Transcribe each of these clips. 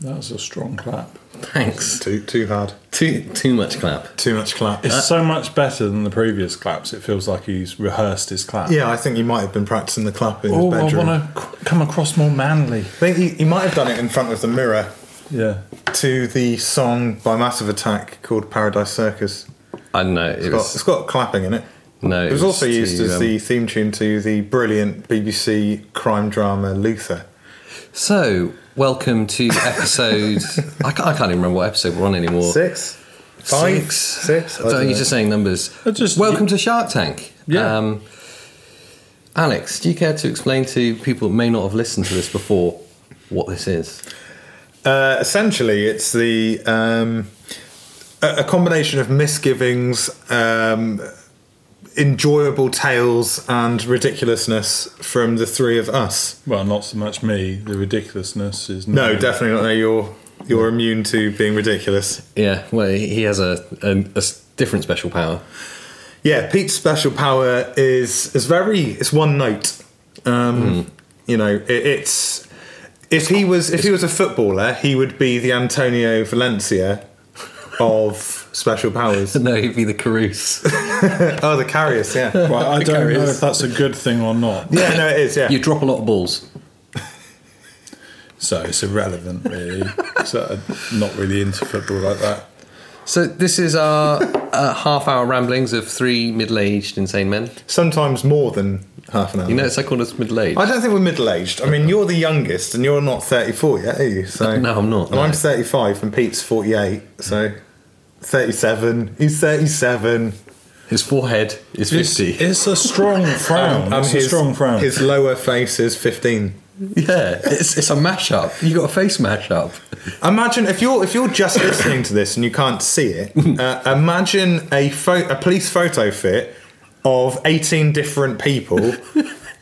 That was a strong clap. Thanks. Too too hard. Too too much clap. Too much clap. It's so much better than the previous claps. It feels like he's rehearsed his clap. yeah, I think you might have been practicing the clap in Oh, his I want bedroom. I, to c- come across more manly. think he, he might have done it in front of the mirror Yeah. to the song by Massive Attack called Paradise Circus. I don't know. It It's got, was it's got clapping in it. no. It was also used to, as um, the theme tune to the brilliant BBC crime drama Luther. So welcome to episode. I, can't, I can't even remember what episode we're on anymore. Six? Five? Six. Six? So I don't you're know. just saying numbers. I just- welcome to Shark Tank. Yeah. Um, Alex, do you care to explain to people that may not have listened to this before what this is? Uh, essentially, it's the um, a, a combination of misgivings, um, enjoyable tales, and ridiculousness from the three of us. Well, not so much me. The ridiculousness is No, definitely not. No, you're you're immune to being ridiculous. Yeah. Well, he has a, a, a s- different special power. Yeah, Pete's special power is is very it's one note. Um, Hmm. You know, it, it's if he was if he was a footballer, he would be the Antonio Valencia of special powers. No, he'd be the Carouse. Oh, the Carrius, yeah. Well, I don't know Vicarious. if that's a good thing or not. Yeah, no, it is. Yeah, you drop a lot of balls. So it's irrelevant, really. so I'm not really into football like that. So this is our uh, half-hour ramblings of three middle-aged insane men. sometimes more than half an hour. You know, it's like called us middle-aged. I don't think we're middle aged. I mean, you're the youngest, and you're not 34 yet, are you? So No, I'm not, And no. I'm 35, and Pete's 48, so 37. He's 37. His forehead is It's, fifty. it's a strong frown. Um, it's his, a strong frown. His lower face is 15. Yeah, it's it's a mashup. You got a face mashup. Imagine if you're if you're just listening to this and you can't see it. Uh, imagine a pho- a police photo fit of eighteen different people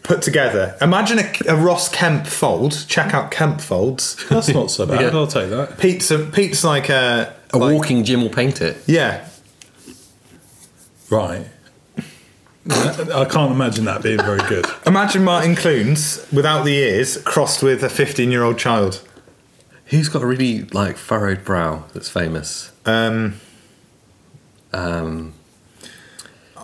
put together. Imagine a, a Ross Kemp fold. Check out Kemp folds. That's not so bad. Yeah. I'll take that. Pete's a, Pete's like a, A like- walking Jim will paint it. Yeah, Right. I can't imagine that being very good. imagine Martin Clunes without the ears crossed with a fifteen year old child. Who's got a really like furrowed brow that's famous? Um, Um,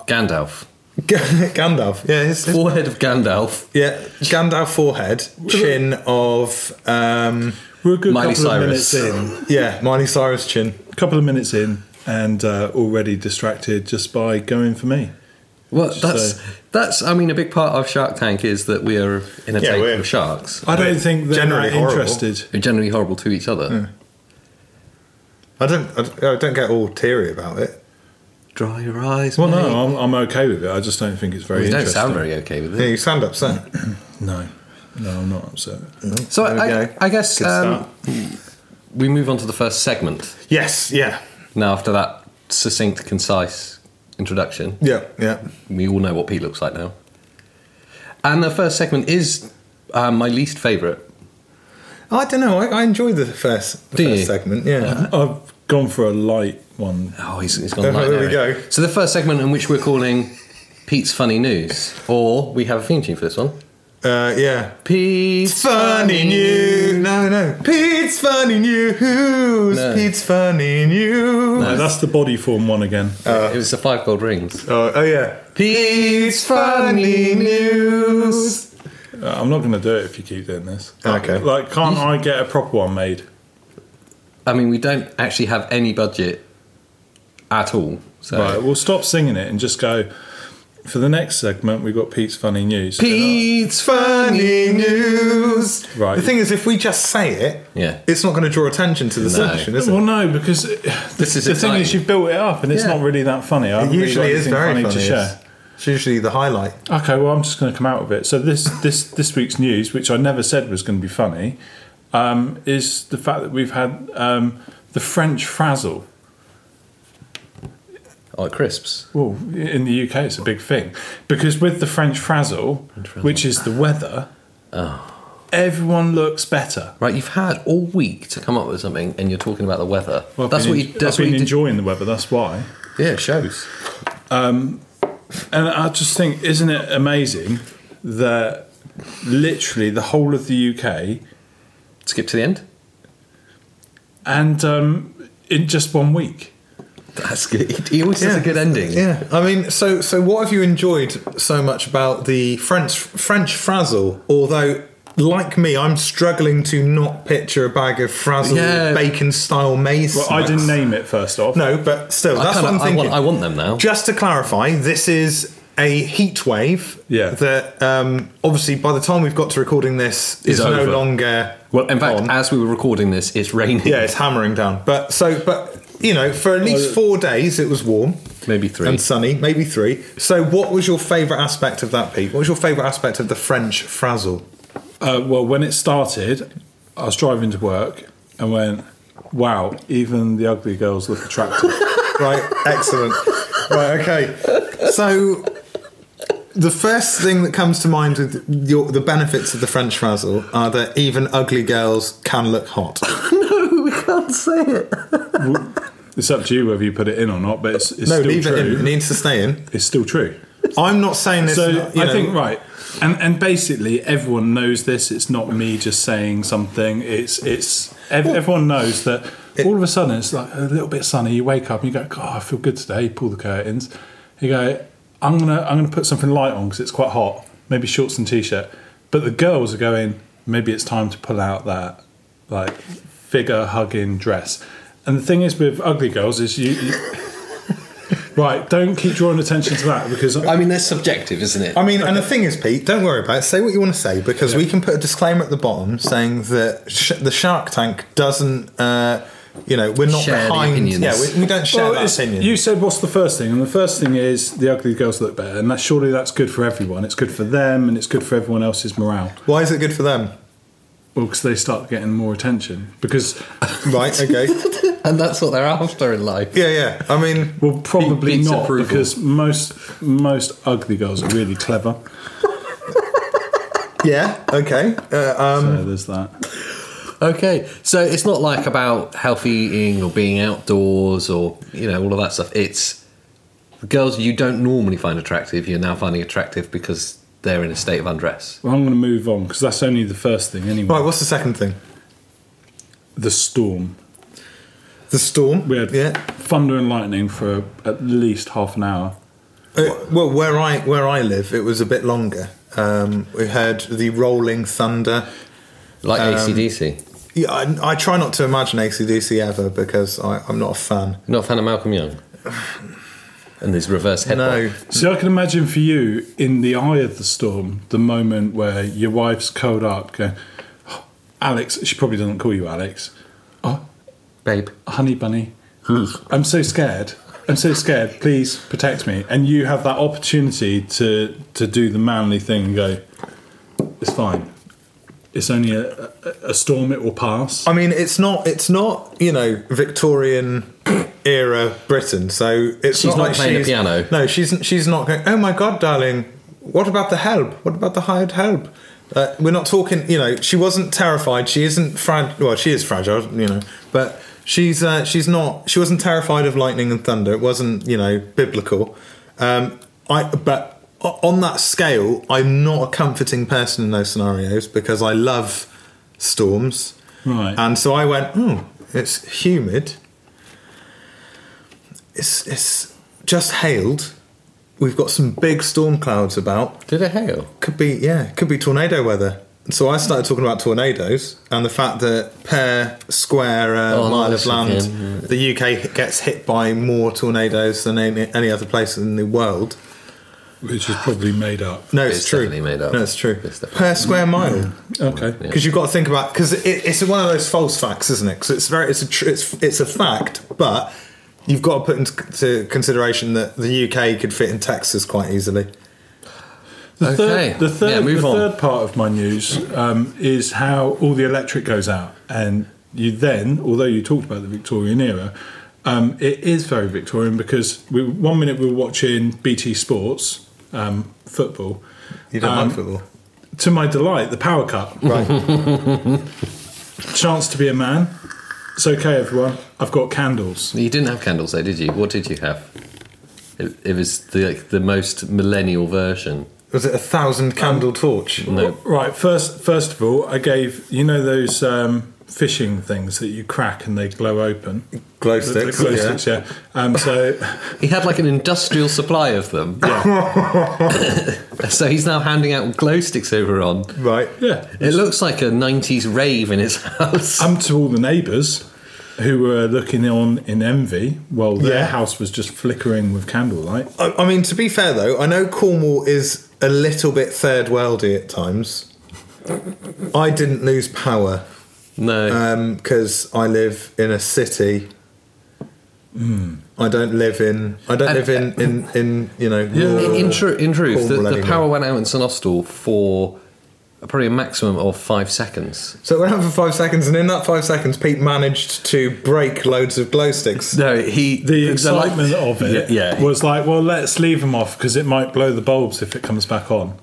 Gandalf. Gandalf. Yeah, his, his- Forehead of Gandalf. yeah. Gandalf forehead, chin of um, We're a good Miley couple Cyrus. of minutes yeah, Miley Cyrus chin. in. Couple of minutes in, and uh, already distracted just by going for me. Well, that's So- that's. I mean, a big part of Shark Tank is that we are in a Yeah, tank we're- of sharks. I don't think they're Generally that horrible. interested. We're generally horrible to each other. I don't, I don't- I don't get all teary about it. Dry your eyes. Well, mate. no, I'm, I'm okay with it. I just don't think it's very You don't interesting. sound very okay with Yeah, it. you sound upset. No, no, I'm not upset. So There we I, go. I guess Good um, we move on to the first segment Yes, yeah, now. After that succinct, concise introduction, yeah, yeah. we all know what Pete looks like now. And the first segment is uh, my least favourite. I don't know. I, I enjoyed the first, the Do you? first segment. Yeah, I've gone for a light one. Oh, he's, he's gone Oh, light there we there. go. So the first segment in which we're calling Pete's funny news, or we have a theme tune for this one. uh, yeah. Pete's Funny new. No, no. Pete's funny news. No. Pete's funny news. No, that's the body form one again. Uh, Uh, it was the five gold rings. Oh, oh yeah. Pete's funny news. Uh, I'm not going to do it if you keep doing this. Okay. Like, can't I get a proper one made? I mean, we don't actually have any budget at all. So Right, we'll stop singing it and just go. For the next segment, we've got Pete's funny news. Pete's Funny news. Right. The thing is, if we just say it, Yeah. it's not going to draw attention to the No. section, is it? Well, no, because it- This is the thing exciting. is you've built it up and it's Yeah. not really that funny. I It haven't really usually got is anything very funny. funny to It's- share. It's usually the highlight. Okay, well, I'm just going to come out of it. So this this this week's news, which I never said was going to be funny, um, is the fact that we've had um, the French frazzle. Oh, crisps. Well, in the UK, it's a big thing because with the French frazzle, which is the weather, Oh. everyone looks better. Right, you've had all week to come up with something, and you're talking about the weather. Well, I've that's been what en- you. That's I've what been you did. enjoying the weather. That's why. Yeah, it shows. And I just think, isn't it amazing that literally the whole of the UK Skip to the end. and um, in just one week. That's good. He always has a good ending. Yeah, I mean, so so what have you enjoyed so much about the French French frazzle? Although, like me, I'm struggling to not picture a bag of frazzle Yeah. bacon style maize. Well, I didn't snacks. name it first off. No, but still, I, that's kinda, what I'm I, thinking. want, I want them now. Just to clarify, this is a heat wave. Yeah. That um, obviously, by the time we've got to recording this, is Is no over. longer. Well, in fact, on. as we were recording this, it's raining. yeah, it's hammering down. But so, but you know, for at Oh, least four days, it was warm Maybe three. and sunny, maybe three. So, what was your favourite aspect of that, Pete? What was your favourite aspect of the French frazzle? Uh, well, when it started, I was driving to work and went, "Wow, even the ugly girls look attractive." Right, excellent. Right, okay. So, the first thing that comes to mind with your, the benefits of the French frazzle are that even ugly girls can look hot. we can't say it. it's up to you whether you put it in or not, but it's, it's No, still leave true. it in. It needs to stay in. It's still true. I'm not saying this. So you I know- think right, and and basically everyone knows this. It's not me just saying something. It's it's ev- everyone knows that. all of a sudden, it's like a little bit sunny. You wake up and you go, "God, I feel good today." You pull the curtains. You go, "I'm gonna I'm gonna put something light on because it's quite hot. Maybe shorts and t-shirt." But the girls are going, "Maybe it's time to pull out that like figure hugging dress." And the thing is with ugly girls is you. you Right, don't keep drawing attention to that because I mean, that's subjective, isn't Uh, it? I mean, and the thing is, Pete, don't worry about it. Say what you want to say because we can put a disclaimer at the bottom saying that sh- the Shark Tank doesn't. Uh, you know, we're not Share the behind. opinions. Yeah, we, we don't share Well, that it's- opinion. You said what's the first thing, and the first thing is the ugly girls look better, and that surely that's good for everyone. It's good for them, and it's good for everyone else's morale. Why is it good for them? Well, because they start getting more attention. Because Right. Okay. and that's what they're after in life. yeah. Yeah. I mean, well, probably beats not approval. because most most ugly girls are really clever. yeah. Okay. Uh, um, So there's that. Okay, so it's not like about healthy eating or being outdoors or you know all of that stuff. It's the girls you don't normally find attractive. You're now finding attractive because they're in a state of undress. Well, I'm going to move on because that's only the first thing anyway. right. What's the second thing? The storm. The storm. We had Yeah. thunder and lightning for at least half an hour. Uh, well, where I where I live, it was a bit longer. Um, we heard the rolling thunder. Like Um, ACDC. Yeah, I, I try not to imagine ACDC ever because I, I'm not a fan. You're not a fan of Malcolm Young and his reverse head. No, See, I can imagine for you in the eye of the storm, the moment where your wife's curled up, going, "Oh, Alex, she probably doesn't call you Alex. Oh, babe. honey bunny, I'm so scared. I'm so scared. Please protect me. And you have that opportunity to, to do the manly thing and go, it's fine. It's only a, a, a storm, it will pass. I mean it's not it's not you know Victorian era Britain, so it's She's not like playing the she's- piano. No, she's she's not going. Oh my God, darling, what about the help? What about the hired help? Uh, we're not talking. You know, she wasn't terrified. She isn't fragile. Well, she is fragile. You know, but she's uh, she's not. She wasn't terrified of lightning and thunder. It wasn't you know biblical. Um, I but. o- On that scale, I'm not a comforting person in those scenarios because I love storms. Right. And so I went, hmm, it's humid. It's it's just hailed. We've got some big storm clouds about. Did it hail? Could be yeah, could be tornado weather. So I started talking about tornadoes and the fact that per square uh, Oh, mile of that's land, again, the UK gets hit by more tornadoes than any, any other place in the world. Which is probably made up. No, it's, It's true. definitely made up. No, it's true. It's definitely- per square mile. Okay. because you've got to think about because it, it's one of those false facts, isn't it? Because it's very it's a tr- it's it's a fact, but you've got to put into to consideration that the UK could fit in Texas quite easily. The Okay. third, the third, Yeah, move the on. third part of my news um, is how all the electric goes out, and you then, although you talked about the Victorian era, um, it is very Victorian because we, one minute we were watching BT Sports um, football. You don't Um, like football, To my delight, the power cut. right? Chance to be a man. It's okay, everyone. I've got candles. You didn't have candles though, did you? What did you have? It, it was the like, the most millennial version. Was it a thousand candle torch? No. Right. First, first of all, I gave you know those um, fishing things that you crack and they glow open. Glow sticks. glow yeah. sticks, yeah. Um, so He had like an industrial supply of them. so he's now handing out glow sticks over on. Right. yeah, It looks like a 90s rave in his house. um, to all the neighbours who were looking on in envy while their Yeah. house was just flickering with candlelight. I, I mean, to be fair though, I know Cornwall is a little bit third worldy at times. I didn't lose power no. because Um, I live in a city. Hmm. I don't live in. I don't And- live uh, in in in you know. In, rural in, tru- in truth, the, Cornwall the anyway. power went out in St Austell for probably a maximum of five seconds. So it went on for five seconds, and in that five seconds, Pete managed to break loads of glow sticks. No, he The excitement of it Yeah, yeah. was like, well, let's leave them off because it might blow the bulbs if it comes back on.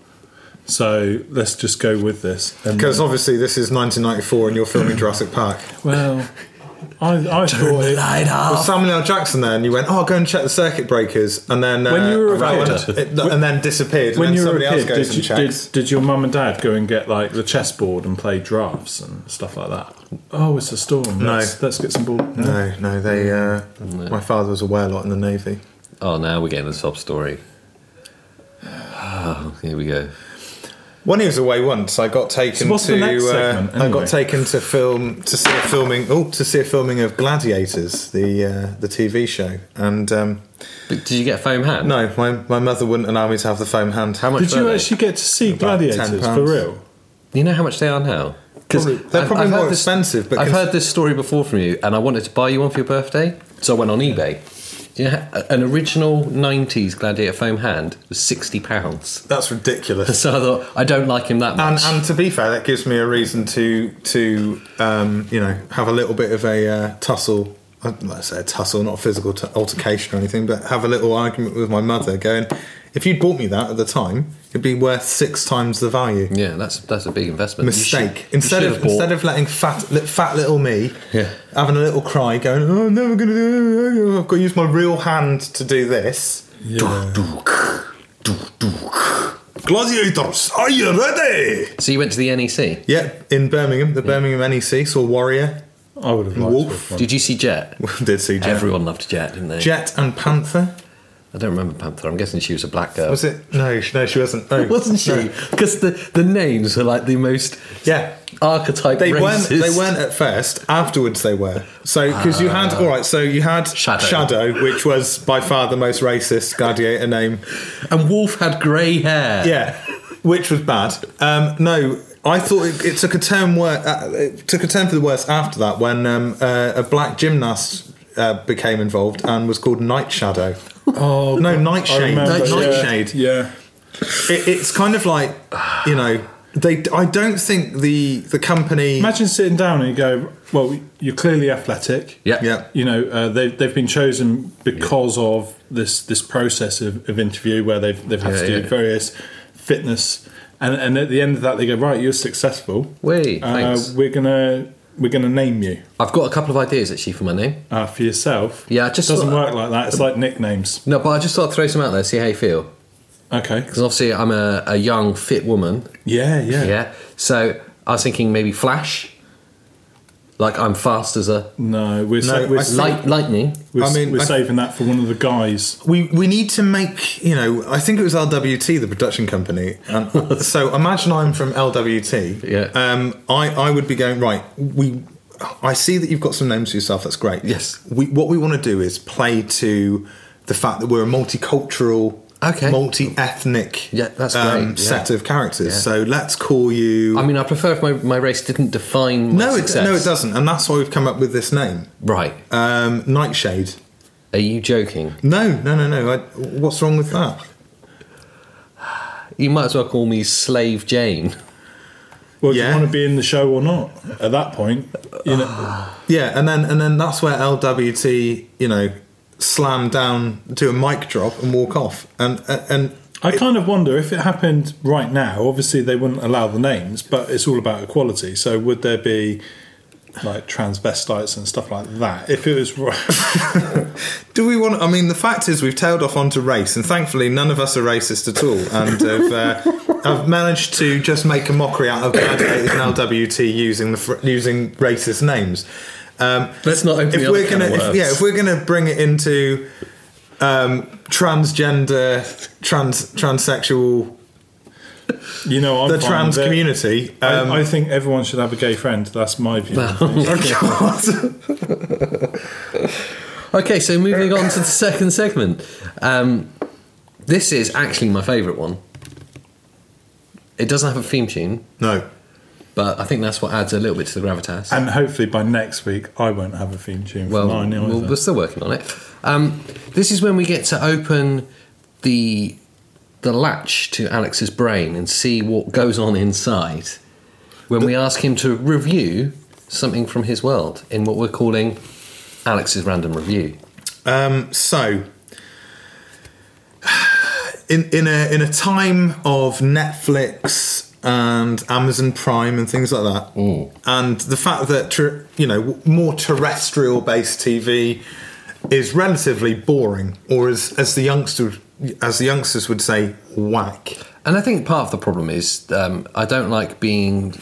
So let's just go with this. And- Because obviously, this is 1994, and you're filming Jurassic Park. well, I, I thought it, light Oh. Was Samuel L. Jackson there, and you went, "Oh, go and check the circuit breakers," and then When you were a found kid- it- and then disappeared. when and then you were somebody a kid, else goes did, and you, did, checks. did your mum and dad go and get like the chessboard and play drafts and stuff like that? Oh, it's a storm. No. Let's, let's get some ball. No. No, no, they. Uh, Mm. My father was away a lot in the navy. Oh, now we're getting a sob story. Oh, here we go. When he was away once, I got taken So what's to. the next uh, segment, I anyway? got taken to film to see a filming. Oh, to see a filming of Gladiators, the uh, the TV show, and um, But did you get a foam hand? no, my my mother wouldn't allow me to have the foam hand. How much Did were you they? actually get to see About gladiators £10. for real? You know how much they are now? Because Probably- they're probably more expensive, but I've cons- heard this story before from you, and I wanted to buy you one for your birthday, so I went on eBay. Do you know, how- an original '90s Gladiator foam hand was sixty pounds. That's ridiculous. So I thought I don't like him that And, much. and to be fair, that gives me a reason to to um, you know have a little bit of a uh, tussle. I don't like to say a tussle, not a physical t- altercation or anything, but have a little argument with my mother, going, "If you'd bought me that at the time, it'd be worth six times the value." yeah, that's that's a big investment. You should- Mistake. you instead should of have bought- instead of letting fat li- fat little me Yeah. having a little cry, going, "Oh, I'm never gonna do. it. I've got to use my real hand to do this." Yeah. Gladiators, are you ready? so you went to the E NEC. Yep, in Birmingham, the Birmingham NEC saw Warrior. I would have liked Wolf. to have Did you see Jet? Did see Jet. Everyone loved Jet, didn't they? Jet and Panther. I don't remember Panther. I'm guessing she was a black girl. Was it? No, sh- no, she wasn't. No. Wasn't she? No. Because the, the names are like the most Yeah. archetype. They racist. weren't. They weren't at first. Afterwards, they were. So because you had all right. So you had Ah. Shadow. which was by far the most racist gladiator name. And Wolf had grey hair. Yeah, which was bad. Um, no, I thought it, it took a turn. Wor- uh, it took a turn for the worse after that when um, uh, a black gymnast uh, became involved and was called Night Shadow. Oh, No, I Nightshade. remember, Nightshade. yeah, Nightshade. Yeah. it, it's kind of like you know they i don't think the the company Imagine sitting down and you go, well, you're clearly athletic. Yeah. yeah you know uh, they they've been chosen because of this this process of, of interview where they've they've had Yeah, to do yeah. various fitness and and at the end of that they go right you're successful Wait, uh, thanks. we're gonna we're gonna name you I've got a couple of ideas actually for my name. uh, for yourself Yeah, I just doesn't thought- work like that it's like nicknames No, but I just thought I'd throw some out there, see how you feel. okay Because obviously I'm a, a young, fit woman. yeah yeah, Yeah. So I was thinking maybe Flash. Like I'm fast as a no we're sa- No, we're, I sa- light, lightning. we're, I mean, we're I- saving that for one of the guys we we need to make you know i think it was lwt the production company and so imagine i'm from lwt Uh-huh. Yeah. um i i would be going right we i see that you've got some names for yourself that's great Yes. we what we want to do is play to the fact that we're a multicultural Okay. multi-ethnic um, Yeah, that's great, yeah. set of characters so let's call you I mean, I prefer if my, my race didn't define my no it, success. no it doesn't and that's why we've come up with this name Right. um nightshade Are you joking? No, no, no, no. I, what's wrong with that? You might as well call me Slave Jane. well do Yeah. you want to be in the show or not at that point you Ah. know Yeah, and then and then that's where LWT, you know, slam down, do a mic drop, and walk off. And and I kind of wonder if it happened right now. Obviously, they wouldn't allow the names, but it's all about equality. So, would there be like transvestites and stuff like that? If it was right, do we want? I mean, the fact is, we've tailed off onto race, and thankfully, none of us are racist at all, and have uh, I've managed to just make a mockery out of gladiators and LWT using the fr- using racist names. Um, Let's not open the if other we're can gonna, of if, worms. yeah, if we're gonna bring it into um, transgender, trans transsexual, You know, I'm the fine trans with it. community, um, I, I think everyone should have a gay friend. That's my view. oh God. Okay, so moving on to the second segment. Um, this is actually my favourite one. It doesn't have a theme tune, no, but I think that's what adds a little bit to the gravitas. And hopefully by next week, I won't have a theme tune for well, mine either. well, we're still working on it. Um, this is when we get to open the the latch to Alex's brain and see what goes on inside. When we ask him to review something from his world in what we're calling Alex's random review. Um, so, in in a in a time of Netflix and Amazon Prime and things like that, and the fact that ter- you know more terrestrial based TV is relatively boring, or as as the youngster as the youngsters would say, whack. And I think part of the problem is um, I don't like being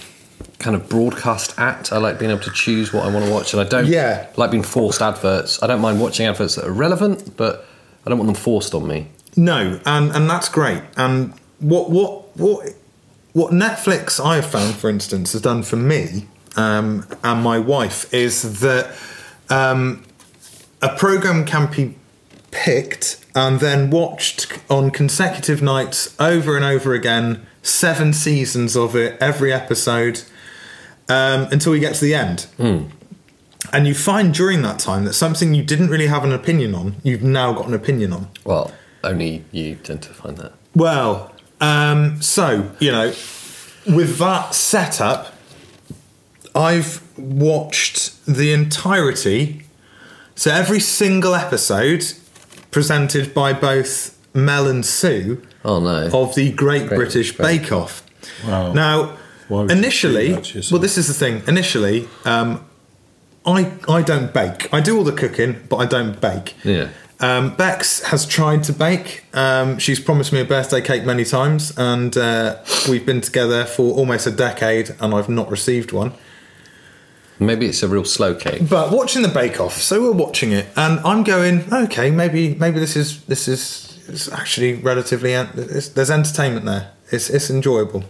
kind of broadcast at. I like being able to choose what I want to watch, and I don't Yeah. like being forced adverts. I don't mind watching adverts that are relevant, but I don't want them forced on me. No, and and that's great. And what what what what Netflix I have found, for instance, has done for me um, and my wife is that um, a program can be picked and then watched on consecutive nights over and over again, seven seasons of it, every episode, um, until you get to the end. And you find during that time that something you didn't really have an opinion on, you've now got an opinion on. Well, only you tend to find that. Well, um, so you know, with that setup, I've watched the entirety. So every single episode presented by both Mel and Sue Oh no! of the Great, Great British Bake- Bake Off. Wow. Now, Why would you initially, do that to yourself? well, this is the thing. Initially, um, I I don't bake. I do all the cooking, but I don't bake. Yeah. Um, Bex has tried to bake. Um, she's promised me a birthday cake many times, and uh, we've been together for almost a decade, and I've not received one. Maybe it's a real slow cake. But watching the Bake Off, so we're watching it, and I'm going, okay, maybe maybe this is this is it's actually relatively en- it's, there's entertainment there. It's it's enjoyable.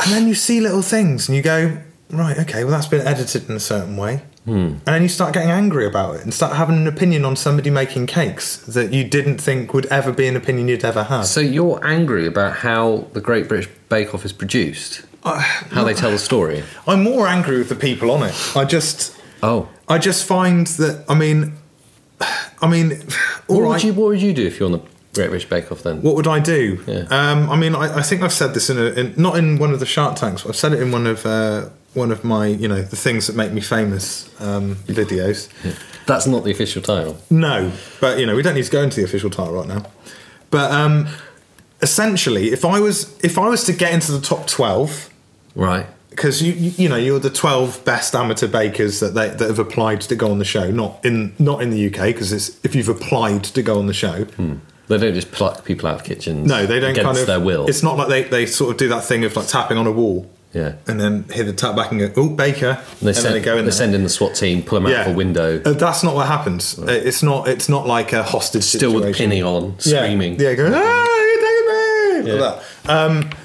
And then you see little things, and you go, right, okay, well that's been edited in a certain way, Hmm. and then you start getting angry about it, and start having an opinion on somebody making cakes that you didn't think would ever be an opinion you'd ever have. So you're angry about how the Great British Bake Off is produced, how they tell the story. I'm more angry with the people on it. I just Oh, I just find that I mean. I mean, all what right. would you what would you do if you're on the Great British Bake Off then? What would I do? Yeah. Um, I mean, I, I think I've said this in, a, in not in one of the Shark Tanks, but I've said it in one of uh, one of my you know the things that make me famous um, videos. That's not the official title. No, but you know we don't need to go into the official title right now. But um, essentially, if I was if I was to get into the top twelve, Right. because you you you know you're the 12 best amateur bakers that they, that have applied to go on the show not in not in the UK because it's if you've applied to go on the show They don't just pluck people out of kitchens. no they don't against kind of their will. it's not like they, they sort of do that thing of like tapping on a wall Yeah. And and then hit the tap back and go oh baker they, and then send, they go in they there. send in the SWAT team, pull them out of a window, Uh, that's not what happens Uh, it's not it's not like a hostage still with situation. pinning on, Yeah. screaming. Yeah, going, ah, you take me! Yeah. Like that.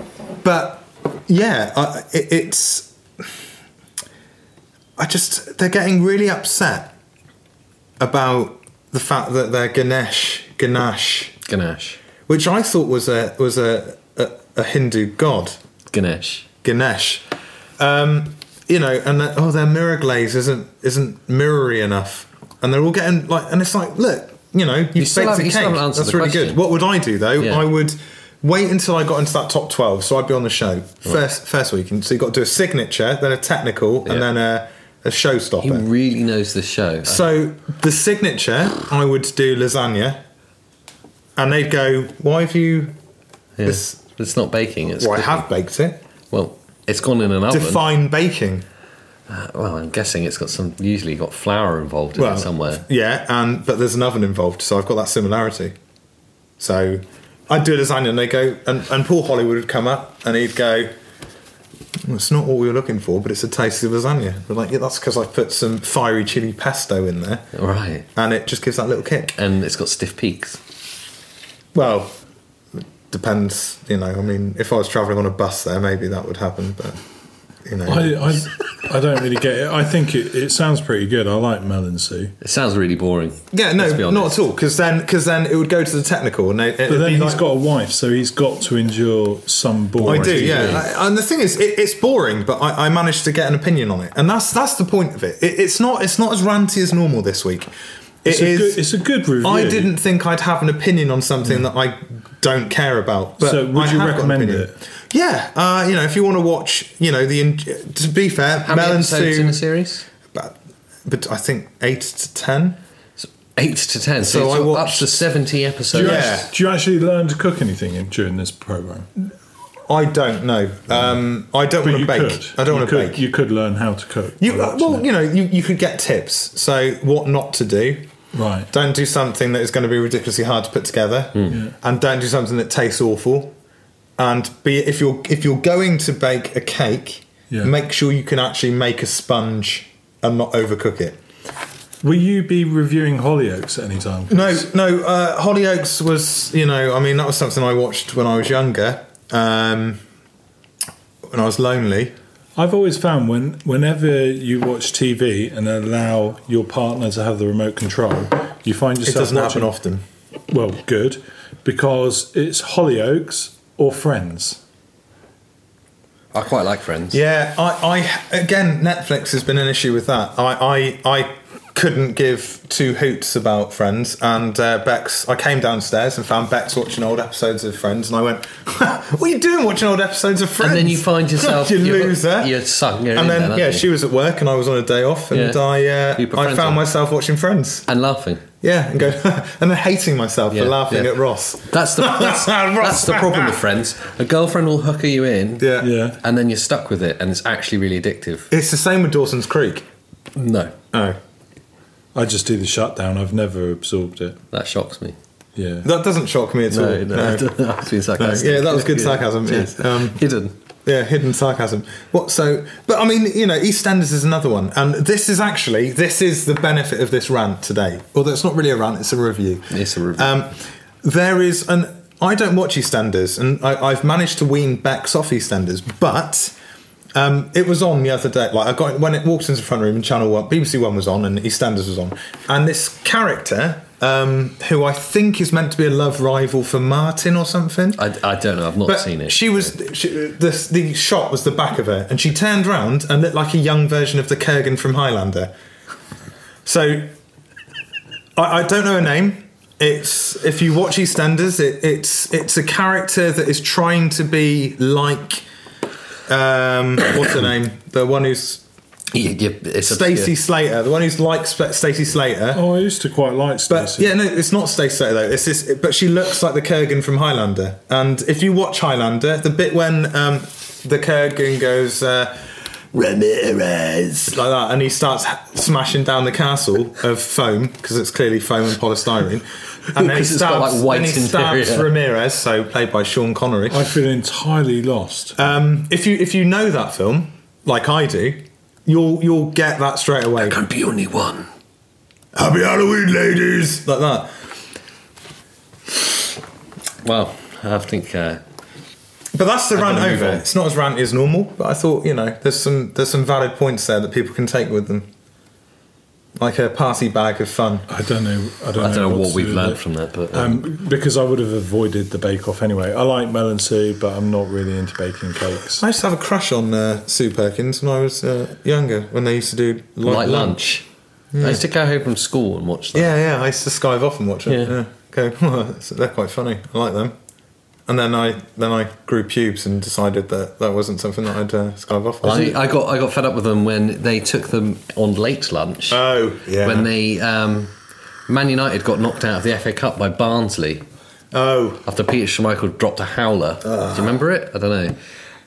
Um, but yeah, I, it, it's. I just. They're getting really upset about the fact that they're Ganesh, Ganesh, Ganesh. which I thought was a was a, a, a Hindu god, Ganesh. Ganesh. Um, you know, and that, oh, their mirror glaze isn't isn't mirrory enough, and they're all getting like, and it's like, look, you know, you, still haven't- baked you a cake. still haven't answered That's the really question. good. What would I do though? Yeah. I would wait until I got into that top twelve, so I'd be on the show first first week, and so you have got to do a signature, then a technical, Yeah. and then a a He showstopper. really knows the show. so the signature, I would do lasagna, and they'd go, "Why have you? Uh, Yeah. This, it's not baking. It's well, I cooking. have baked it. Well, it's gone in an oven. Define baking." well, I'm guessing it's got some. Usually, got flour involved in it somewhere. Yeah, and but there's an oven involved, so I've got that similarity. So I'd do a design and they go, and, and Paul Hollywood would come up and he'd go, "Well, it's not what we were looking for, but it's a taste of lasagna. We're like, yeah, that's because I put some fiery chili pesto in there Right. and it just gives that little kick. And it's got stiff peaks. Well, depends, you know. I mean, if I was travelling on a bus there, maybe that would happen, but, you know. I, I, I don't really get it. I think it, it sounds pretty good. I like Mel and Sue. It sounds really boring. yeah, let's be no, honest. not at all. Because then, because then it would go to the technical, and they, it'd But then be he's like- got a wife, so he's got to endure some boring. I do, yeah. TV. I- and the thing is, it, it's boring, but I, I managed to get an opinion on it, and that's that's the point of it. it it's not it's not as ranty as normal this week. It's, It a is. good, it's a good review. I didn't think I'd have an opinion on something that I don't care about. But So would I you have got an recommend opinion. it? Yeah, uh, you know, if you want to watch, you know, the in- to be fair, How Mel many and episodes in Sue, a series? but, but I think eight to ten. So eight to ten. So, So it's I up- up watched- to seventy Do episodes. you, Yeah. actually, do you actually learn to cook anything in, during this program? I don't know. Um, I don't want you to bake. could. I You don't want to could- bake. You could learn how to cook. You, uh, by watching well, it. you know, you, you could get tips. So what not to do. right. Don't do something that is going to be ridiculously hard to put together, and don't do something that tastes awful. And be if you're if you're going to bake a cake, Yeah. make sure you can actually make a sponge and not overcook it. Will you be reviewing Hollyoaks at any time? No, no. Uh, Hollyoaks was, you know, I mean, that was something I watched when I was younger, um, when I was lonely. I've always found when whenever you watch TV and allow your partner to have the remote control, you find It yourself doesn't watching- happen often. Well, good because it's Hollyoaks or Friends. I quite like Friends. Yeah, I, I again, Netflix has been an issue with that. I, I, I couldn't give two hoots about Friends, and uh, Bex. I came downstairs and found Bex watching old episodes of Friends, and I went, "What are you doing watching old episodes of Friends?" And then you find yourself you you're- loser. You're sunk. You're in and there, then aren't yeah, you? she was at work, and I was on a day off, and Yeah. I You uh, put I Friends found on. myself watching Friends. and laughing. Yeah, and go and then hating myself Yeah, for laughing yeah. at Ross. That's the that's, that's the problem with Friends. A girlfriend will hooker you in, Yeah. Yeah. and then you're stuck with it, and it's actually really addictive. It's the same with Dawson's Creek. No, Oh, I just do the shutdown. I've never absorbed it. that shocks me. Yeah. that doesn't shock me at all. No. I was being sarcastic. Yeah, that was good sarcasm, Cheers. yeah. Um, Hidden. Yeah, hidden sarcasm. What so? But I mean, you know, EastEnders is another one, and this is actually this is the benefit of this rant today. Although it's not really a rant; it's a review. It's a review. Um, there is an. I don't watch EastEnders, and I, I've managed to wean Bex off EastEnders, but um, it was on the other day. Like I got when it walked into the front room, and Channel One, BBC One was on, and EastEnders was on, and this character. Um, who I think is meant to be a love rival for Martin or something. I, I don't know. I've not But seen it. She was she, the the shot was the back of her, and she turned round and looked like a young version of the Kurgan from Highlander. So I, I don't know her name. It's if you watch EastEnders, it, it's it's a character that is trying to be like um, what's her name, the one who's You- you- it's obscure. Stacey Slater, the one who's like Sp- Stacey Slater. Oh, I used to quite like But Stacey. yeah, no, it's not Stacey Slater though. It's this, but she looks like the Kurgan from Highlander. And if you watch Highlander, the bit when um, the Kurgan goes uh, Ramirez like that, and he starts smashing down the castle of foam because it's clearly foam and polystyrene, and then he 'Cause it's got, stabs, like, white then he stabs interior. Ramirez, so played by Sean Connery. I feel entirely lost. Um, if you if you know that film like I do, you'll you'll get that straight away. Could be only one. Happy Halloween, ladies, like that. Well, I think uh, But that's the I'm rant gonna move over. on. It's not as ranty as normal, but I thought you know there's some there's some valid points there that people can take with them, like a party bag of fun. I don't know. I don't, I don't know what to we've do learned with it. from that, but um, Um, because I would have avoided the Bake Off anyway. I like Mel and Sue, but I'm not really into baking cakes. I used to have a crush on uh, Sue Perkins when I was uh, younger when they used to do light, light lunch. I used to go home from school and watch that. Yeah, yeah. I used to skive off and watch it. Yeah. Yeah. Go. "Well, they're quite funny. I like them. And then I then I grew pubes and decided that that wasn't something that I'd uh, skive off. I, I got I got fed up with them when they took them on late lunch. oh yeah. When they um, Man United got knocked out of the FA Cup by Barnsley oh after Peter Schmeichel dropped a howler. Ah. Do you remember it? I don't know.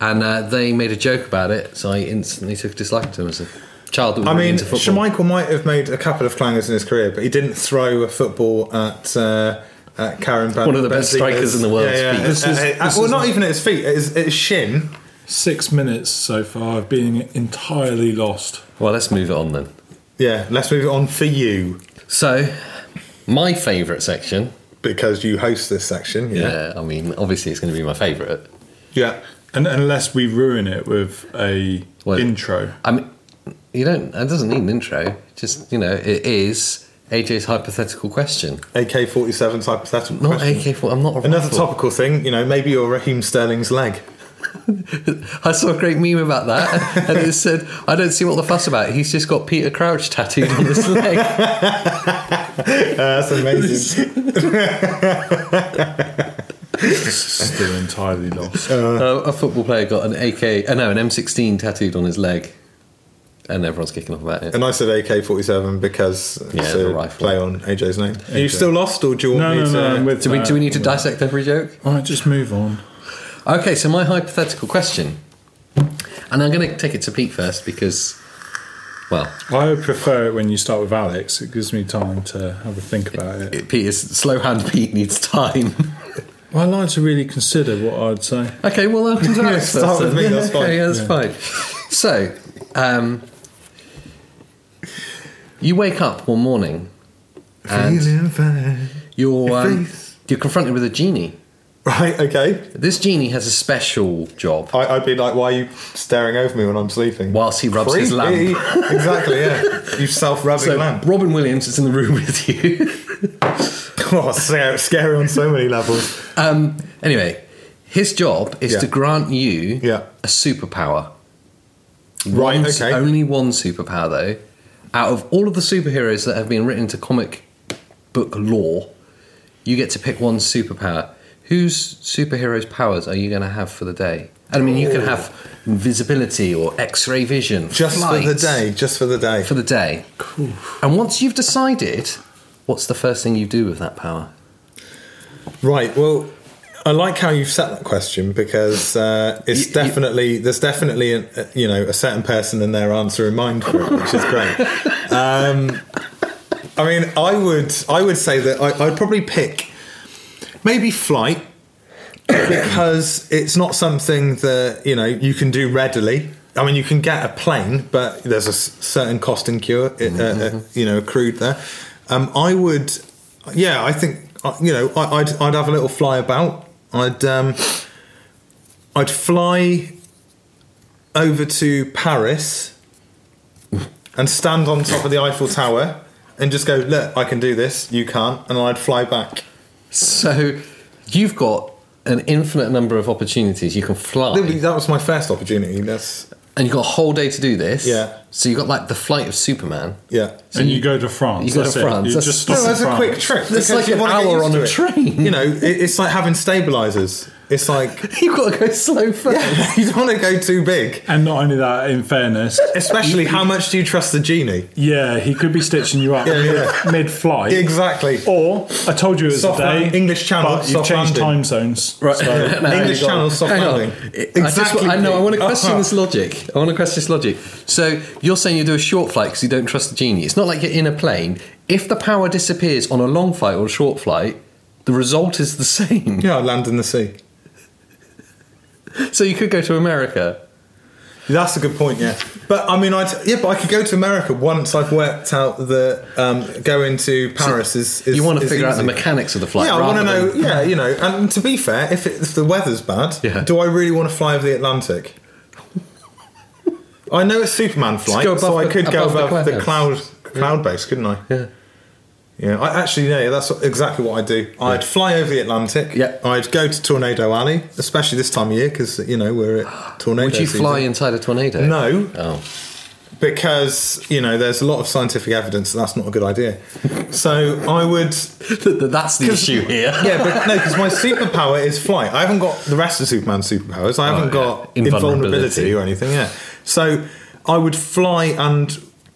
And uh, they made a joke about it, so I instantly took a dislike to him as a child. That was I really mean, into football. Schmeichel might have made a couple of clangers in his career, but he didn't throw a football at uh, at Karen Ben- One of the best Benzema's- strikers in the world. Yeah, yeah. This is- Uh, uh, this well, is- not even at his feet, at his, at his shin. Six minutes so far of being entirely lost. Well, let's move it on then. Yeah, let's move it on for you So, my favourite section. because you host this section. Yeah. Yeah, I mean, obviously it's going to be my favourite. Yeah. And unless we ruin it with a Well- intro. I mean, you don't. It doesn't need an intro. Just you know, it is AJ's hypothetical question, AK 47's hypothetical. not question. AK. I'm not a Another rifle. topical thing, you know, maybe you're Raheem Sterling's leg. I saw a great meme about that, and it said, "I don't see what the fuss about. He's just got Peter Crouch tattooed on his leg." Uh, that's amazing. Still entirely lost. Uh, a football player got an AK, uh, no, an M16 tattooed on his leg, and everyone's kicking off about it. and I said AK 47 because Yeah, it's the a rifle. play on AJ's name. Are you still lost or do you want No, me no, to. no, I'm with Do we, do we need to that. dissect every joke? All right, just move on. Okay, so my hypothetical question, and I'm going to take it to Pete first because, well, I would prefer it when you start with Alex. It gives me time to have a think about it. Pete is slow hand. Pete needs time. Well, I'd like to really consider what I'd say. Okay, well, I'll come to Alex start first with then. me, that's fine. Okay, that's fine. So, um, you wake up one morning and Feeling fine. you're um, face. you're confronted with a genie. Right, okay. This genie has a special job. I, I'd be like, why are you staring over me when I'm sleeping? Whilst he rubs his Creepy. exactly, yeah. You self rubbing So lamp. Robin Williams is in the room with you. Oh, scary, scary on so many levels. um, anyway, his job is Yeah. to grant you Yeah. a superpower. Right, One- okay. Only one superpower, though. Out of all of the superheroes that have been written to comic book lore, you get to pick one superpower. Whose superhero's powers are you going to have for the day? I mean, you can have invisibility or X ray vision. Oh. Just for the flight, day, just for the day. For the day. Cool. And once you've decided, what's the first thing you do with that power? Right. Well, I like how you've set that question because uh, it's You- you- definitely there's definitely an, uh, you know a certain person and their answer in mind for it, which is great. Um, I mean, I would I would say that I, I'd probably pick maybe flight because it's not something that you know you can do readily. I mean, you can get a plane, but there's a s- certain cost incur, uh, uh, you know, accrued there. Um, I would, yeah, I think uh, you know, I, I'd I'd have a little fly about. I'd um, I'd fly over to Paris and stand on top of the Eiffel Tower and just go, look, I can do this. You can't, and I'd fly back. So you've got an infinite number of opportunities. You can fly. That was my first opportunity. That's and you've got a whole day to do this. Yeah. So you've got like the flight of Superman. yeah. and you, go to France. you go to that's it. France, You that's- just stop No, in that's a France. quick trip. That's like because you an wanna get hour used on to a it. train. You know, it, it's like having stabilizers. It's like You've got to go slow first. you don't want to go too big. And not only that, in fairness, Especially, how much do you trust the genie? yeah, he could be stitching you up yeah. mid flight. Exactly. Or, I told you it was Soft a land- day. English Channel, But you've soft changed landing. time zones. Right. So, No, English hang on. channel soft Hang on. landing. I just Exactly. wa- I know. I want to question Uh-huh. this logic. I want to question this logic. So you're saying you do a short flight because you don't trust the genie. It's not like you're in a plane. If the power disappears on a long flight or a short flight, the result is the same. Yeah, I'd land in the sea. So you could go to America. That's a good point. Yeah, but I mean, I'd yeah, but I could go to America once I've worked out that um, going to Paris is, is. you want to is figure out the easy. mechanics of the flight. yeah, I want to rather know. than- Yeah, you know, and to be fair, if, it, if the weather's bad, Yeah. do I really want to fly over the Atlantic? I know it's Superman flight, go above so I the- could go above the above the cloud clouds. cloud base, couldn't I? Yeah. Yeah, I actually, yeah, that's exactly what I do. I'd fly over the Atlantic. Yeah. I'd go to Tornado Alley, especially this time of year because you know we're at tornado. Would you season. fly inside a tornado? No, Oh. because you know there's a lot of scientific evidence that that's not a good idea. So I would That's the issue here. yeah, but no, because my superpower is flight. I haven't got the rest of Superman's superpowers. I haven't Oh, yeah. got invulnerability Invulnerability. or anything. Yeah, so I would fly and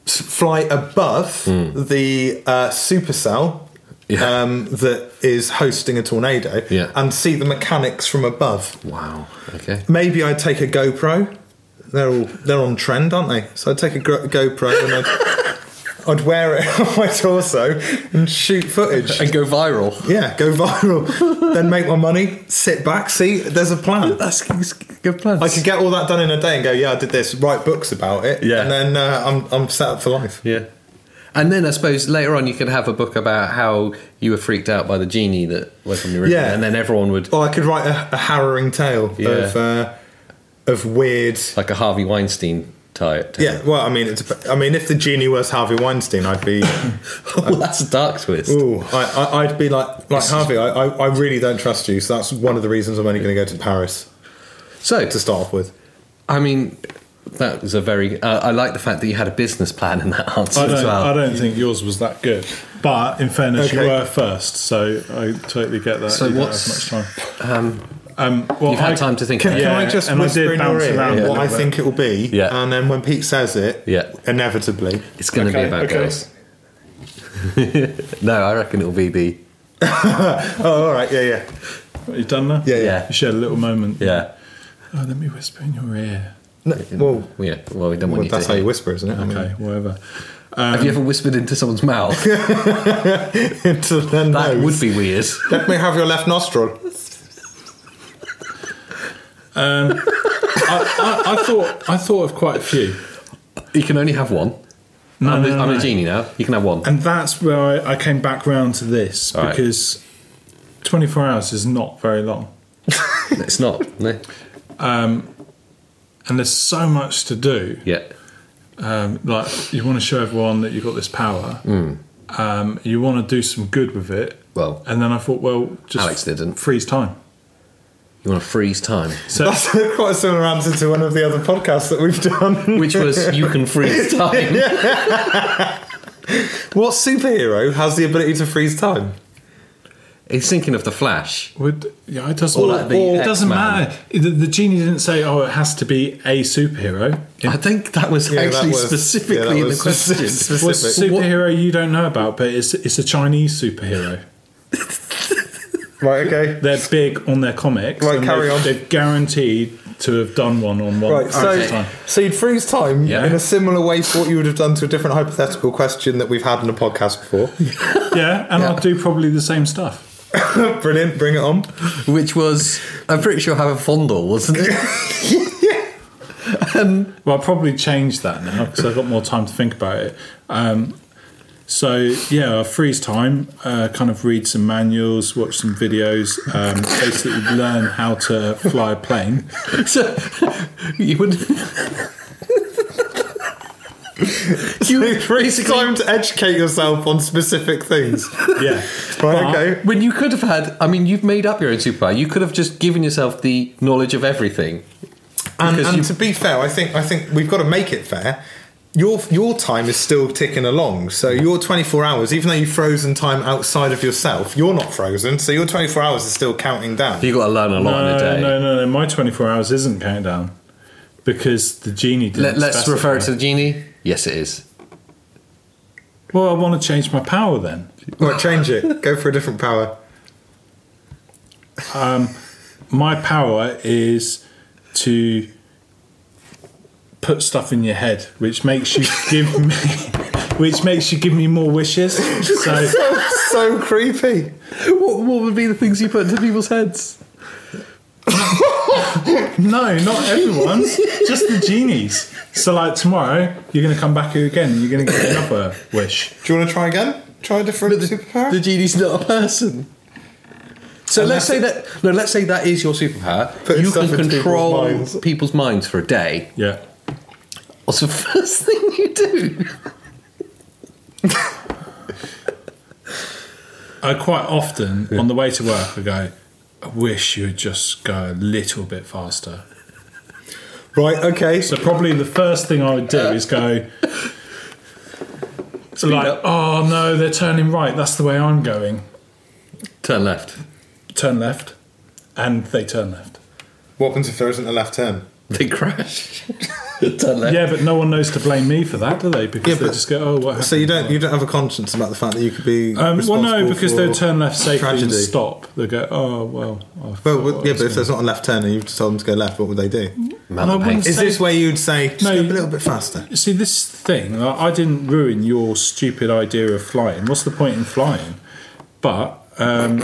s- fly above the uh, supercell Hmm. Yeah. um, that is hosting a tornado, Yeah. and see the mechanics from above. Wow. Okay. Maybe I'd take a GoPro. They're all they're on trend, aren't they? So I'd take a gro- GoPro and I'd, I'd wear it on my torso and shoot footage. and go viral. Yeah, go viral. then make my money, sit back, see, there's a plan. That's a good plan. I could get all that done in a day and go, yeah, I did this, write books about it, Yeah. and then uh, I'm, I'm set up for life. Yeah. And then I suppose later on you could have a book about how you were freaked out by the genie that was on your ribbon, Yeah. and then everyone would Or I could write a, a harrowing tale Yeah. of, uh, of weird. like a Harvey Weinstein type. Yeah, well, I mean, it's, I mean, if the genie was Harvey Weinstein, I'd be, uh, well, that's a dark twist. ooh, I, I, I'd be like, like Harvey. I, I, I really don't trust you, so that's one of the reasons I'm only going to go to Paris So to start off with. I mean, that was a very. Uh, I like the fact that you had a business plan in that answer I don't, as well. I don't think yours was that good. But in fairness, Okay. you were first, so I totally get that. So you what's- Don't have much time. Um, well, You've had I- time to think. Can, about Yeah. it. can I just and I whisper did in your bounce ear around a what I little think it will be? Yeah. And then when Pete says it, Yeah. inevitably. It's going to Okay, be about okay. girls. No, I reckon it'll be the Oh, all right, yeah, yeah. What, you've done that? Yeah, yeah. Yeah. You shared a little moment. yeah. Oh, let me whisper in your ear. No, well, Yeah, well, we don't want well you that's to. how you hear. whisper, isn't it? I mean, Okay, whatever. Have you ever whispered into someone's mouth? into their that nose. would be weird. Let me have your left nostril. I, I, I thought I thought of quite a few. You can only have one. no, I'm, the- no, I'm no. a genie now. You can have one. And that's where I, I came back round to this All right. because 24 hours is not very long. It's not. No. And there's so much to do. Yeah. Um, like, you want to show everyone that you've got this power. Um, you want to do some good with it. Hmm. Well, And then I thought, well, just Alex didn't. freeze time. you want to freeze time, So That's quite a similar answer to one of the other podcasts that we've done. which was you can freeze time. what superhero has the ability to freeze time? He's thinking of the Flash. would yeah, it doesn't. Or like the it doesn't X-Man. matter. The, the genie didn't say, "Oh, it has to be a superhero." It I think that was Yeah, that actually was- yeah, that specifically in the was question. specific. was a superhero you don't know about, but it's it's a Chinese superhero. Right, okay. They're big on their comics. Right, and carry they've, on. They've guaranteed to have done one on one. Right, so, time. so you'd freeze time Yeah. in a similar way to what you would have done to a different hypothetical question that we've had in a podcast before. yeah, and I'll do probably the same stuff. Brilliant, bring it on. which was, I'm pretty sure, have a fondle, wasn't it? Well, I'll probably change that now because I've got more time to think about it. Um, so yeah, I freeze time. Uh, kind of read some manuals, watch some videos. Um, basically, learn how to fly a plane. so you would. you Freeze time to educate yourself on specific things. Yeah, Right, okay. When you could have had, I mean, you've made up your own superpower. You could have just given yourself the knowledge of everything. And, Because and you- to be fair, I think I think we've got to make it fair. Your your time is still ticking along, so your 24 hours, even though you've frozen time outside of yourself, you're not frozen, so your 24 hours is still counting down. You got to learn a lot in no, a day. no, no, no. My 24 hours isn't countdown because the genie didn't. Let, us specify. refer to the genie. Yes, it is. Well, I want to change my power then. Right, change it. Go for a different power. My power is to put stuff in your head, which makes you give me, which makes you give me more wishes. So So, so creepy. What, what would be the things you put into people's heads? no, not everyone's, just the genies. So like tomorrow, you're going to come back here again. and You're going to get another wish. Do you want to try again? Try a different superpower? The genie's not a person. So let's say that no, let's say that is your superpower. Putting you can stuff into people's control minds. people's minds for a day. Yeah. What's the first thing you do? I quite often on the way to work, I go, I wish you'd just go a little bit faster. right, okay. So probably the first thing I would do is go. like, up. oh no, they're turning right. That's the way I'm going. Turn left. Turn left, and they turn left. What happens if there isn't a left turn? They crash. Turn left. Yeah, but no one knows to blame me for that, do they? Because Eh? Yeah, they but- just go, oh, what happened? So you don't you don't have a conscience about the fact that you could be Um, well, no, responsible because for they'll turn left safely and tragedy. stop. They go, oh well. I Well, thought I yeah, was but if gonna-" there's not a left turn and you've told them to go left, what would they do? amount And of I wouldn't pace. Is say- this where you would say just No, go a you- little bit faster? See this thing. I I didn't ruin your stupid idea of flying. What's the point in flying? But um,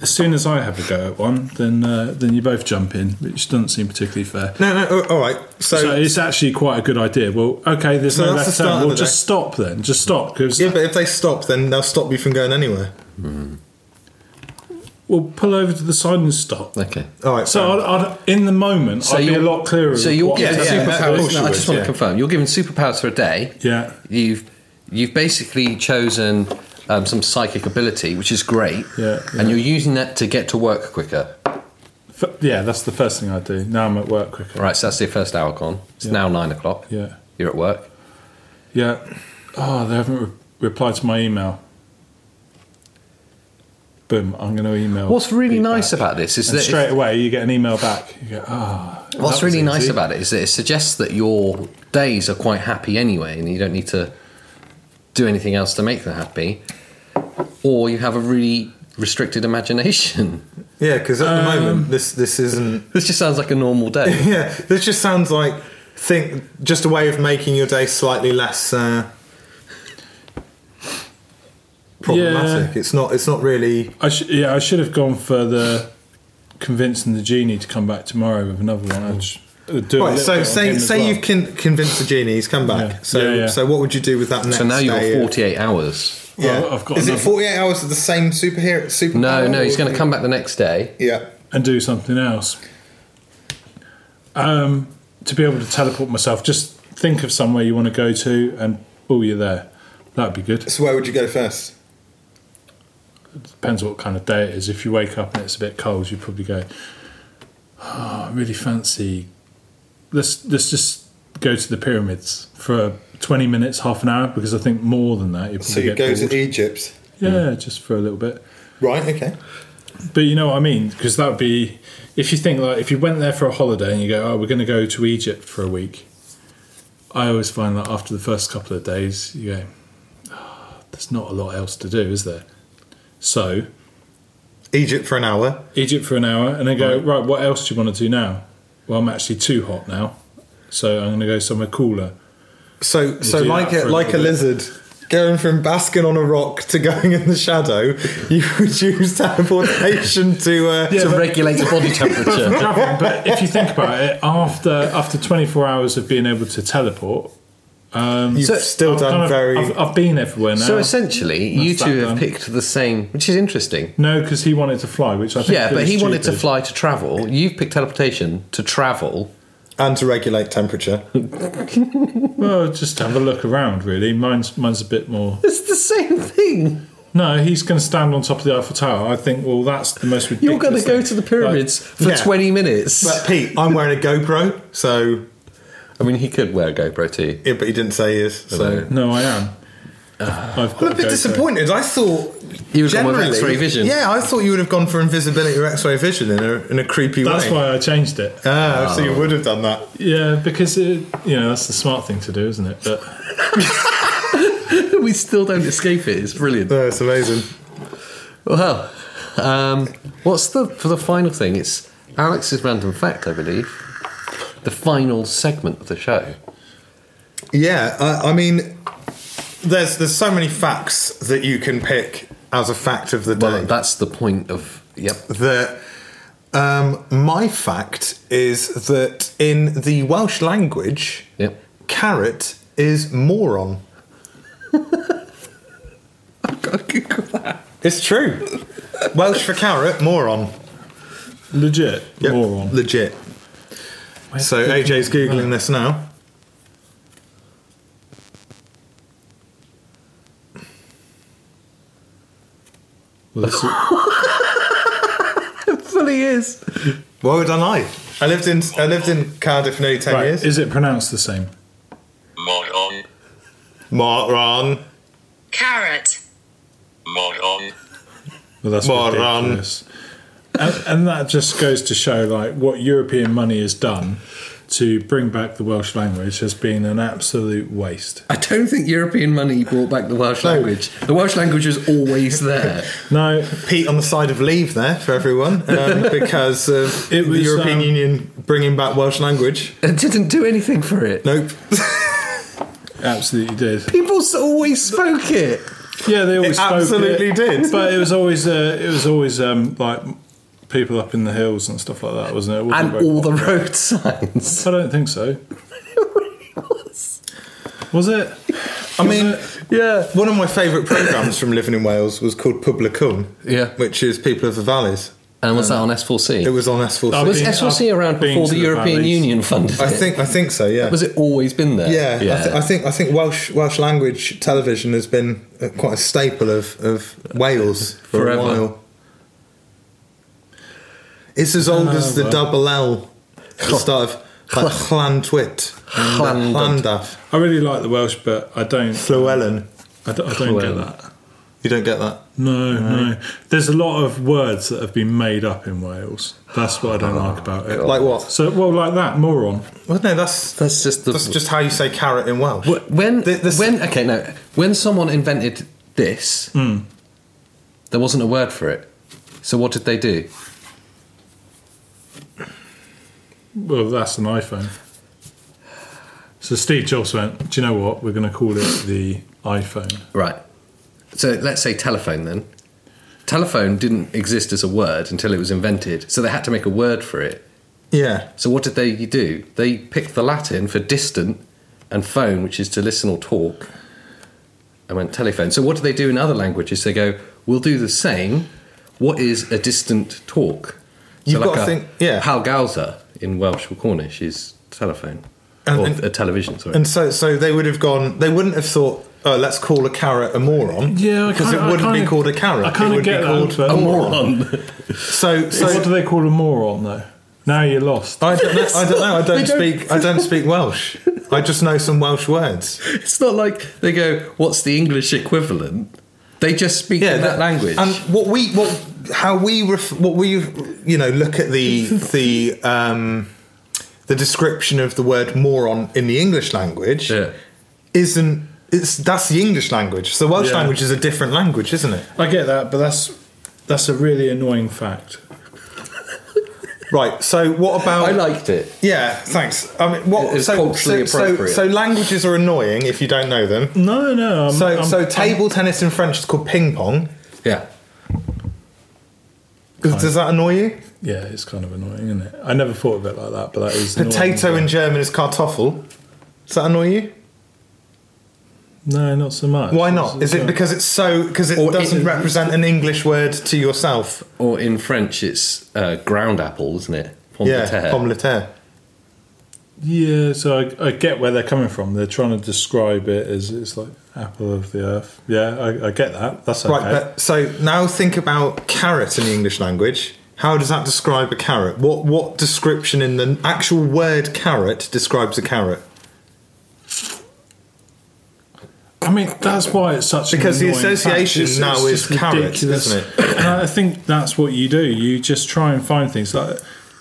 as soon as I have a go at one, then uh, then you both jump in, which doesn't seem particularly fair. No, no. all- All right. So, So it's actually quite a good idea. Well, okay, there's So no that's the left turn. start of Well, the just stop then. Just stop because yeah, but if they stop, then they'll stop you from going anywhere. we'll pull over to the side and stop. Okay. All right. So fine. I'd, I'd, in the moment, I'd be a you're- lot clearer. So with you're what- given Yeah, yeah, superpowers. of course no, you I would, just want to yeah. confirm. You're given superpowers for a day. Yeah. You've you've basically chosen um, some psychic ability, which is great. Yeah, And you're using that to get to work quicker. F- yeah, that's the first thing I do. Now I'm at work quicker. Right. So that's your first hour gone. It's now nine o'clock. Yeah. You're at work. Yeah. Oh, they haven't re- replied to my email. Boom, I'm going to email. What's really Pete nice back. about this is And that straight away you get an email back. You go, oh. what's that was really nice easy." about it is that it suggests that your days are quite happy anyway, and you don't need to do anything else to make them happy, or you have a really restricted imagination. yeah, because at the Um, moment this this isn't. this just sounds like a normal day. Yeah, this just sounds like think just a way of making your day slightly less uh, problematic. It's not. It's not really. I sh- yeah, I should have gone for the convincing the genie to come back tomorrow with another one. I'd sh- I'd do a Right, little bit so on him say as say well. you've con- convinced the genie he's come back. Yeah. So Yeah, yeah. so what would you do with that next? So now day? you're 48 hours. Yeah, Well, I've got Is it another- 48 hours of the same superhero? Super No, no, he's going to come back the next day. Yeah. and do something else. Um, to be able to teleport myself, just think of somewhere you want to go to, and oh, you're there. That'd be good. So where would you go first? depends what kind of day it is. If you wake up and it's a bit cold, you probably go, oh, I really fancy. Let's let's just go to the pyramids for twenty minutes, half an hour, because I think more than that you probably So you get go bored. to Egypt. yeah, just for a little bit. Right. Okay. But you know what I mean, because that would be if you think like if you went there for a holiday and you go, oh, we're going to go to Egypt for a week. I always find that after the first couple of days, you go, "Ah, there's not a lot else to do, is there? So Egypt for an hour. Egypt for an hour, and then go right. What else do you want to do now? Well, I'm actually too hot now, so I'm going to go somewhere cooler. So so do that like for a a, little like a bit. lizard. Going from basking on a rock to going in the shadow, you would use teleportation to. Uh, to but- regulate the body temperature. Traveling, but if you think about it, after after 24 hours of being able to teleport, You've So- still I've done kind of- very. I've, I've been everywhere now. so essentially, you That's two that done. have picked the same, which is interesting. no, because he wanted to fly, which I think Yeah, is but he wanted to stupid. fly to travel. You've picked teleportation to travel. and to regulate temperature. Well, just have a look around. Really, mine's mine's a bit more. It's the same thing. No, he's going to stand on top of the Eiffel Tower. I think. Well, that's the most ridiculous. You're going to go thing. to the pyramids for Yeah. 20 minutes. But Pete, I'm wearing a GoPro, so. I mean, he could wear a GoPro too. Yeah, but he didn't say he is. So. Like, no, I am. I've got I'm a to bit go there. disappointed. I thought. He was on generally, X-ray vision. Yeah, I thought you would have gone for invisibility or X-ray vision in a in a creepy That's Oh. way. why I changed it. Ah, so you would have done that. Yeah, because it, you know that's the smart thing to do, isn't it? But we still don't escape it. It's brilliant. No, it's amazing. Well, um, what's the for the final thing? It's Alex's random fact, I believe. The final segment of the show. Yeah, I, I mean, there's there's so many facts that you can pick as a fact of the day. Well, that's the point of yep. that um, my fact is that in the Welsh language, Yep. carrot is moron. It's true. Welsh for carrot, moron. legit, Yep, moron. Legit. So AJ's googling this now. Well, that's- Fully is. Why would I lie? I lived in I lived in Cardiff for nearly ten right, years. is it pronounced the same? Moron. moron. Carrot. Moron. Well, that's Moron. ridiculous. And, and that just goes to show, like, what European money has done to bring back the Welsh language has been an absolute waste. I don't think European money brought back the Welsh language. The Welsh language was always there. No, Pete on the side of leave there for everyone um, because of It was, the European um, Union bringing back Welsh language. It didn't do anything for it. Nope. absolutely did. People s- always spoke it. Yeah, they always It spoke absolutely it. did. But it was always uh, it was always um, like people up in the hills and stuff like that, wasn't it? it wasn't And very all the popular. road signs. I don't think so. was it? I mean, Yeah. one of my favourite programmes from living in Wales was called Publicum, Yeah. which is People of the Valleys. And was that on S4C? It was on S4C. Oh, was Being- S4C around I've been before to the the European valleys. Union funded I it? think I think so. Yeah. Was it always been there? Yeah, I, th- I think I think Welsh Welsh language television has been uh, quite a staple of, of Wales for Forever. a while. It's as old as the well. double L at the start of like Llantwit, and Llandud. Llandaff, I really like the Welsh, but I don't. Llywelyn. I don't, I don't get Llewellyn. that. You don't get that. No, no. There's a lot of words that have been made up in Wales. That's what I don't like about it. Like what? So, well, like that moron. Well, no, that's That's just the- that's just how you say carrot in Welsh. Wh- When The- the- when okay no when someone invented this, Hmm. there wasn't a word for it. So what did they do? Well, that's an iPhone. So Steve Jobs went. Do you know what? We're going to call it the iPhone. Right. So let's say telephone then. Telephone didn't exist as a word until it was invented, so they had to make a word for it. yeah, So what did they do? They picked the Latin for distant and phone, which is to listen or talk, and went telephone. So what do they do in other languages? They go, we'll do the same. What is a distant talk? So You've got to a think- yeah. Palgausa in Welsh or Cornish is telephone. And- or and- a television, sorry. and so so they would have gone. They wouldn't have thought. Oh, let's call a carrot a moron. Yeah, I because kinda- it I wouldn't be kinda- called a carrot. I kinda it would get be that, called but- a moron. So, so what do they call a moron though? Now you're lost. I don't know. I don't know. I They don't don't- speak. I don't speak Welsh. I just know some Welsh words. it's not like they go, what's the English equivalent? They just speak in that, language. And what we what how we ref, what we you know look at the the um, the description of the word moron in the English language Yeah. isn't. It's that's the English language. So Welsh Yeah. language is a different language, isn't it? I get that, but that's that's a really annoying fact. Right. So what about? I liked it. yeah. Thanks. I mean, what? It's so, culturally so, so- appropriate. so languages are annoying if you don't know them. No, no. I'm, So Um, I'm- so table tennis in French is called ping pong. Yeah. Does, does that annoy you? yeah, it's kind of annoying, isn't it? I never thought of it like that, but that is annoying. Potato in German is Kartoffel. Does that annoy you? No, not so much. Why not? Is it Yeah. because it's so because it Or doesn't it- represent an English word to yourself? Or in French, it's uh, ground apple, isn't it? Pomme de Yeah, terre. pomme de terre. Yeah, so I, I get where they're coming from. They're trying to describe it as it's like apple of the earth. Yeah, I, I get that. That's okay. Right, but so now think about carrot in the English language. How does that describe a carrot? What what description in the actual word carrot describes a carrot? I mean, that's why it's such Because the an annoying fact. association It's- now it's is just carrots, ridiculous. isn't and I think that's what you do. You just try and find things like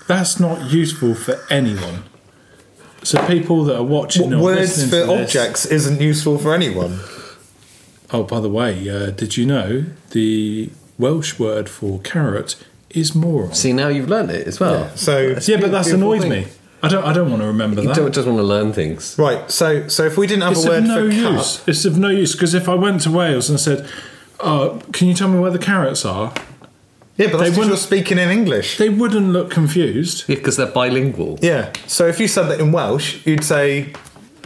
that's not useful for anyone. So people that are watching or Words listening for to this- objects isn't useful for anyone. Oh, by the way, uh, did you know the Welsh word for carrot is moron? See, now you've learned it as well. So yeah, but that's beautiful annoyed thing. me. I don't. I don't want to remember You that. don't just want to learn things. right, so so if we didn't have it's a of word no for use. cut, It's of no use because if I went to Wales and said, oh, "Can you tell me where the carrots are?" yeah, but that's because wouldn't- you're speaking in English. They wouldn't look confused. Yeah, because they're bilingual. Yeah. So if you said that in Welsh, you'd say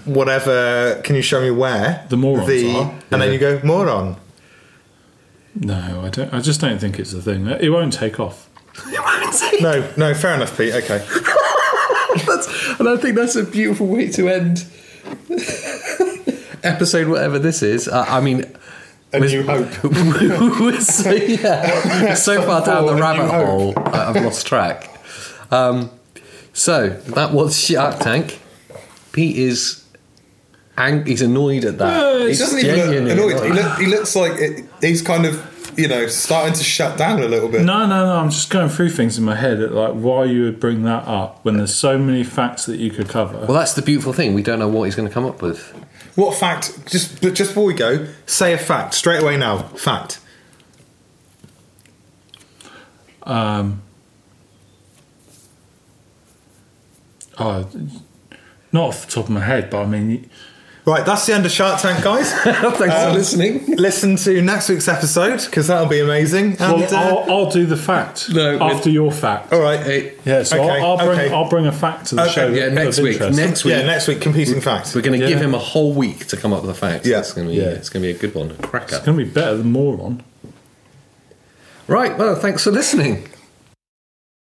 whatever. Can you show me where The morons are. And Yeah. then you go moron. No, I don't. I just don't think it's a thing. It won't take off. No, no, fair enough, Pete. Okay. That's, and I think that's a beautiful way to end episode whatever this is. I, I mean, A new hope. we're so, yeah, we're so far down the Forward, rabbit you hole, hope. I- I've lost track. Um, so that was Shark Tank. Pete is ang- he's annoyed at that. No, he He's He doesn't even look genuinely annoyed. He, look, he looks like it, he's kind of you know, starting to shut down a little bit. No, no, no. I'm just going through things in my head, at, like why you would bring that up when there's so many facts that you could cover. Well, that's the beautiful thing. We don't know what he's going to come up with. What fact? Just but just before we go, say a fact straight away now. Fact. Oh, not off the top of my head, but I mean, Right, that's the end of Shark Tank, guys. Thanks Um, for listening. Listen to next week's episode because that'll be amazing. And, well, uh, I'll, I'll do the fact No, it- after your fact. all right. Hey, Yeah, so Okay, I'll, I'll bring okay. I'll bring a fact to the Okay, show. yeah, of next week. interest. Next week, Yeah, next week, competing facts. we're going to Yeah. give him a whole week to come up with a fact. Yeah. It's going to be, Yeah. it's going to be a good one, a It's cracker. going to be better than moron. Right. Well, thanks for listening.